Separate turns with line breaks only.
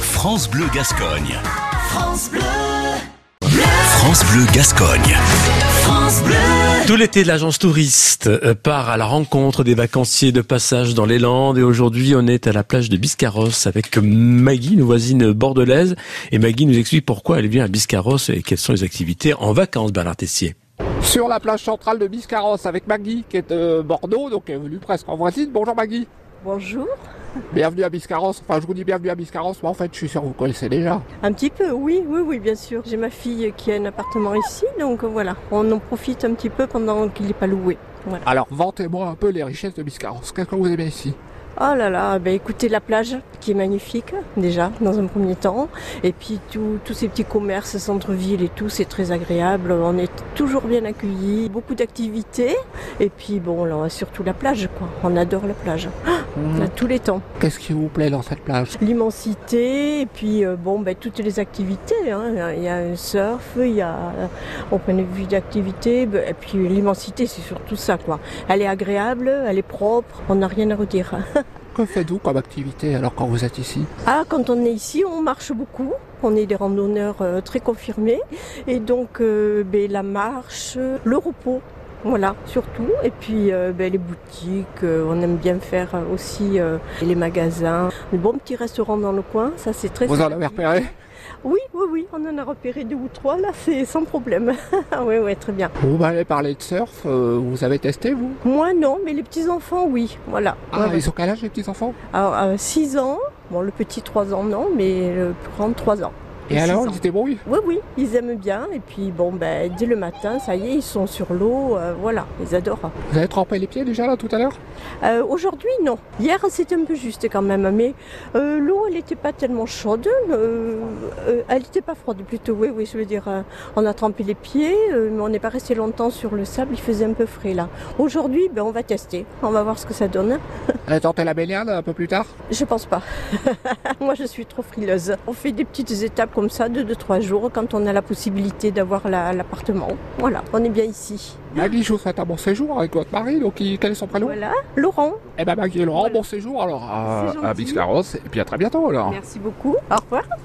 France Bleu Gascogne. France Bleu. France Bleu Gascogne. France Bleu.
Tout l'été, l'agence touriste euh, part à la rencontre des vacanciers de passage dans les Landes. Et aujourd'hui, on est à la plage de Biscarrosse avec Maggie, nos voisines bordelaises. Et Maggie nous explique pourquoi elle vient à Biscarrosse et quelles sont les activités en vacances, Bernard Tessier.
Sur la plage centrale de Biscarrosse avec Maggie, qui est de Bordeaux, donc est venue presque en voisine. Bonjour Maggie.
Bonjour.
Bienvenue à Biscarrosse. Enfin, je vous dis bienvenue à Biscarrosse, mais en fait, je suis sûr que vous connaissez déjà.
Un petit peu, oui, oui, oui, bien sûr. J'ai ma fille qui a un appartement ici, donc voilà, on en profite un petit peu pendant qu'il n'est pas loué. Voilà.
Alors, vantez-moi un peu les richesses de Biscarrosse. Qu'est-ce que vous aimez ici
Oh là là, ben écoutez la plage qui est magnifique déjà dans un premier temps et puis tous ces petits commerces, centre-ville et tout, c'est très agréable, on est toujours bien accueillis, beaucoup d'activités et puis bon là surtout la plage quoi, on adore la plage.
Mm.
Mmh. À tous les temps.
Qu'est-ce qui vous plaît dans cette plage
L'immensité et puis euh, bon ben toutes les activités, hein. il y a un surf, il y a au point de vue d'activité ben, et puis l'immensité c'est surtout ça quoi. Elle est agréable, elle est propre, on n'a rien à redire.
Que faites-vous comme activité alors quand vous êtes ici
Ah, quand on est ici, on marche beaucoup. On est des randonneurs euh, très confirmés. Et donc, euh, ben, la marche, le repos. Voilà, surtout. Et puis euh, ben, les boutiques, euh, on aime bien faire aussi euh, les magasins. Le bon petit restaurant dans le coin, Bah, ça c'est très
Vous en avez repéré
oui, oui, oui, on en a repéré deux ou trois, là, c'est sans problème. oui, oui, très bien.
Vous m'avez parlé de surf, euh, vous avez testé, vous
Moi, non, mais les petits-enfants, oui, voilà.
Ah, ouais, ils ouais. sont quel âge, les petits-enfants
Alors, 6 euh, ans, bon, le petit 3 ans, non, mais le grand 3 ans.
Et alors, ils étaient bons,
Oui, oui, ils aiment bien. Et puis, bon, ben, dès le matin, ça y est, ils sont sur l'eau. Euh, voilà, ils adorent.
Vous avez trempé les pieds déjà, là, tout à l'heure
euh, Aujourd'hui, non. Hier, c'était un peu juste quand même. Mais euh, l'eau, elle n'était pas tellement chaude. euh, elle n'était pas froide, plutôt. Oui, oui, je veux dire, euh, on a trempé les pieds, euh, mais on n'est pas resté longtemps sur le sable. Il faisait un peu frais, là. Aujourd'hui, ben, on va tester. On va voir ce que ça donne.
Vous tenter la baignade un peu plus tard
Je pense pas. Moi, je suis trop frileuse. On fait des petites étapes comme ça de 2-3 jours quand on a la possibilité d'avoir l'appartement. La, voilà, on est bien ici.
Maggie, je vous souhaite un bon séjour avec votre mari. Donc, il, quel est son prénom
Voilà, Laurent.
Ah, Eh ben, Maggie et Laurent, voilà. bon séjour alors à, à Biscarros. Et puis à très bientôt alors.
Merci beaucoup. Au revoir.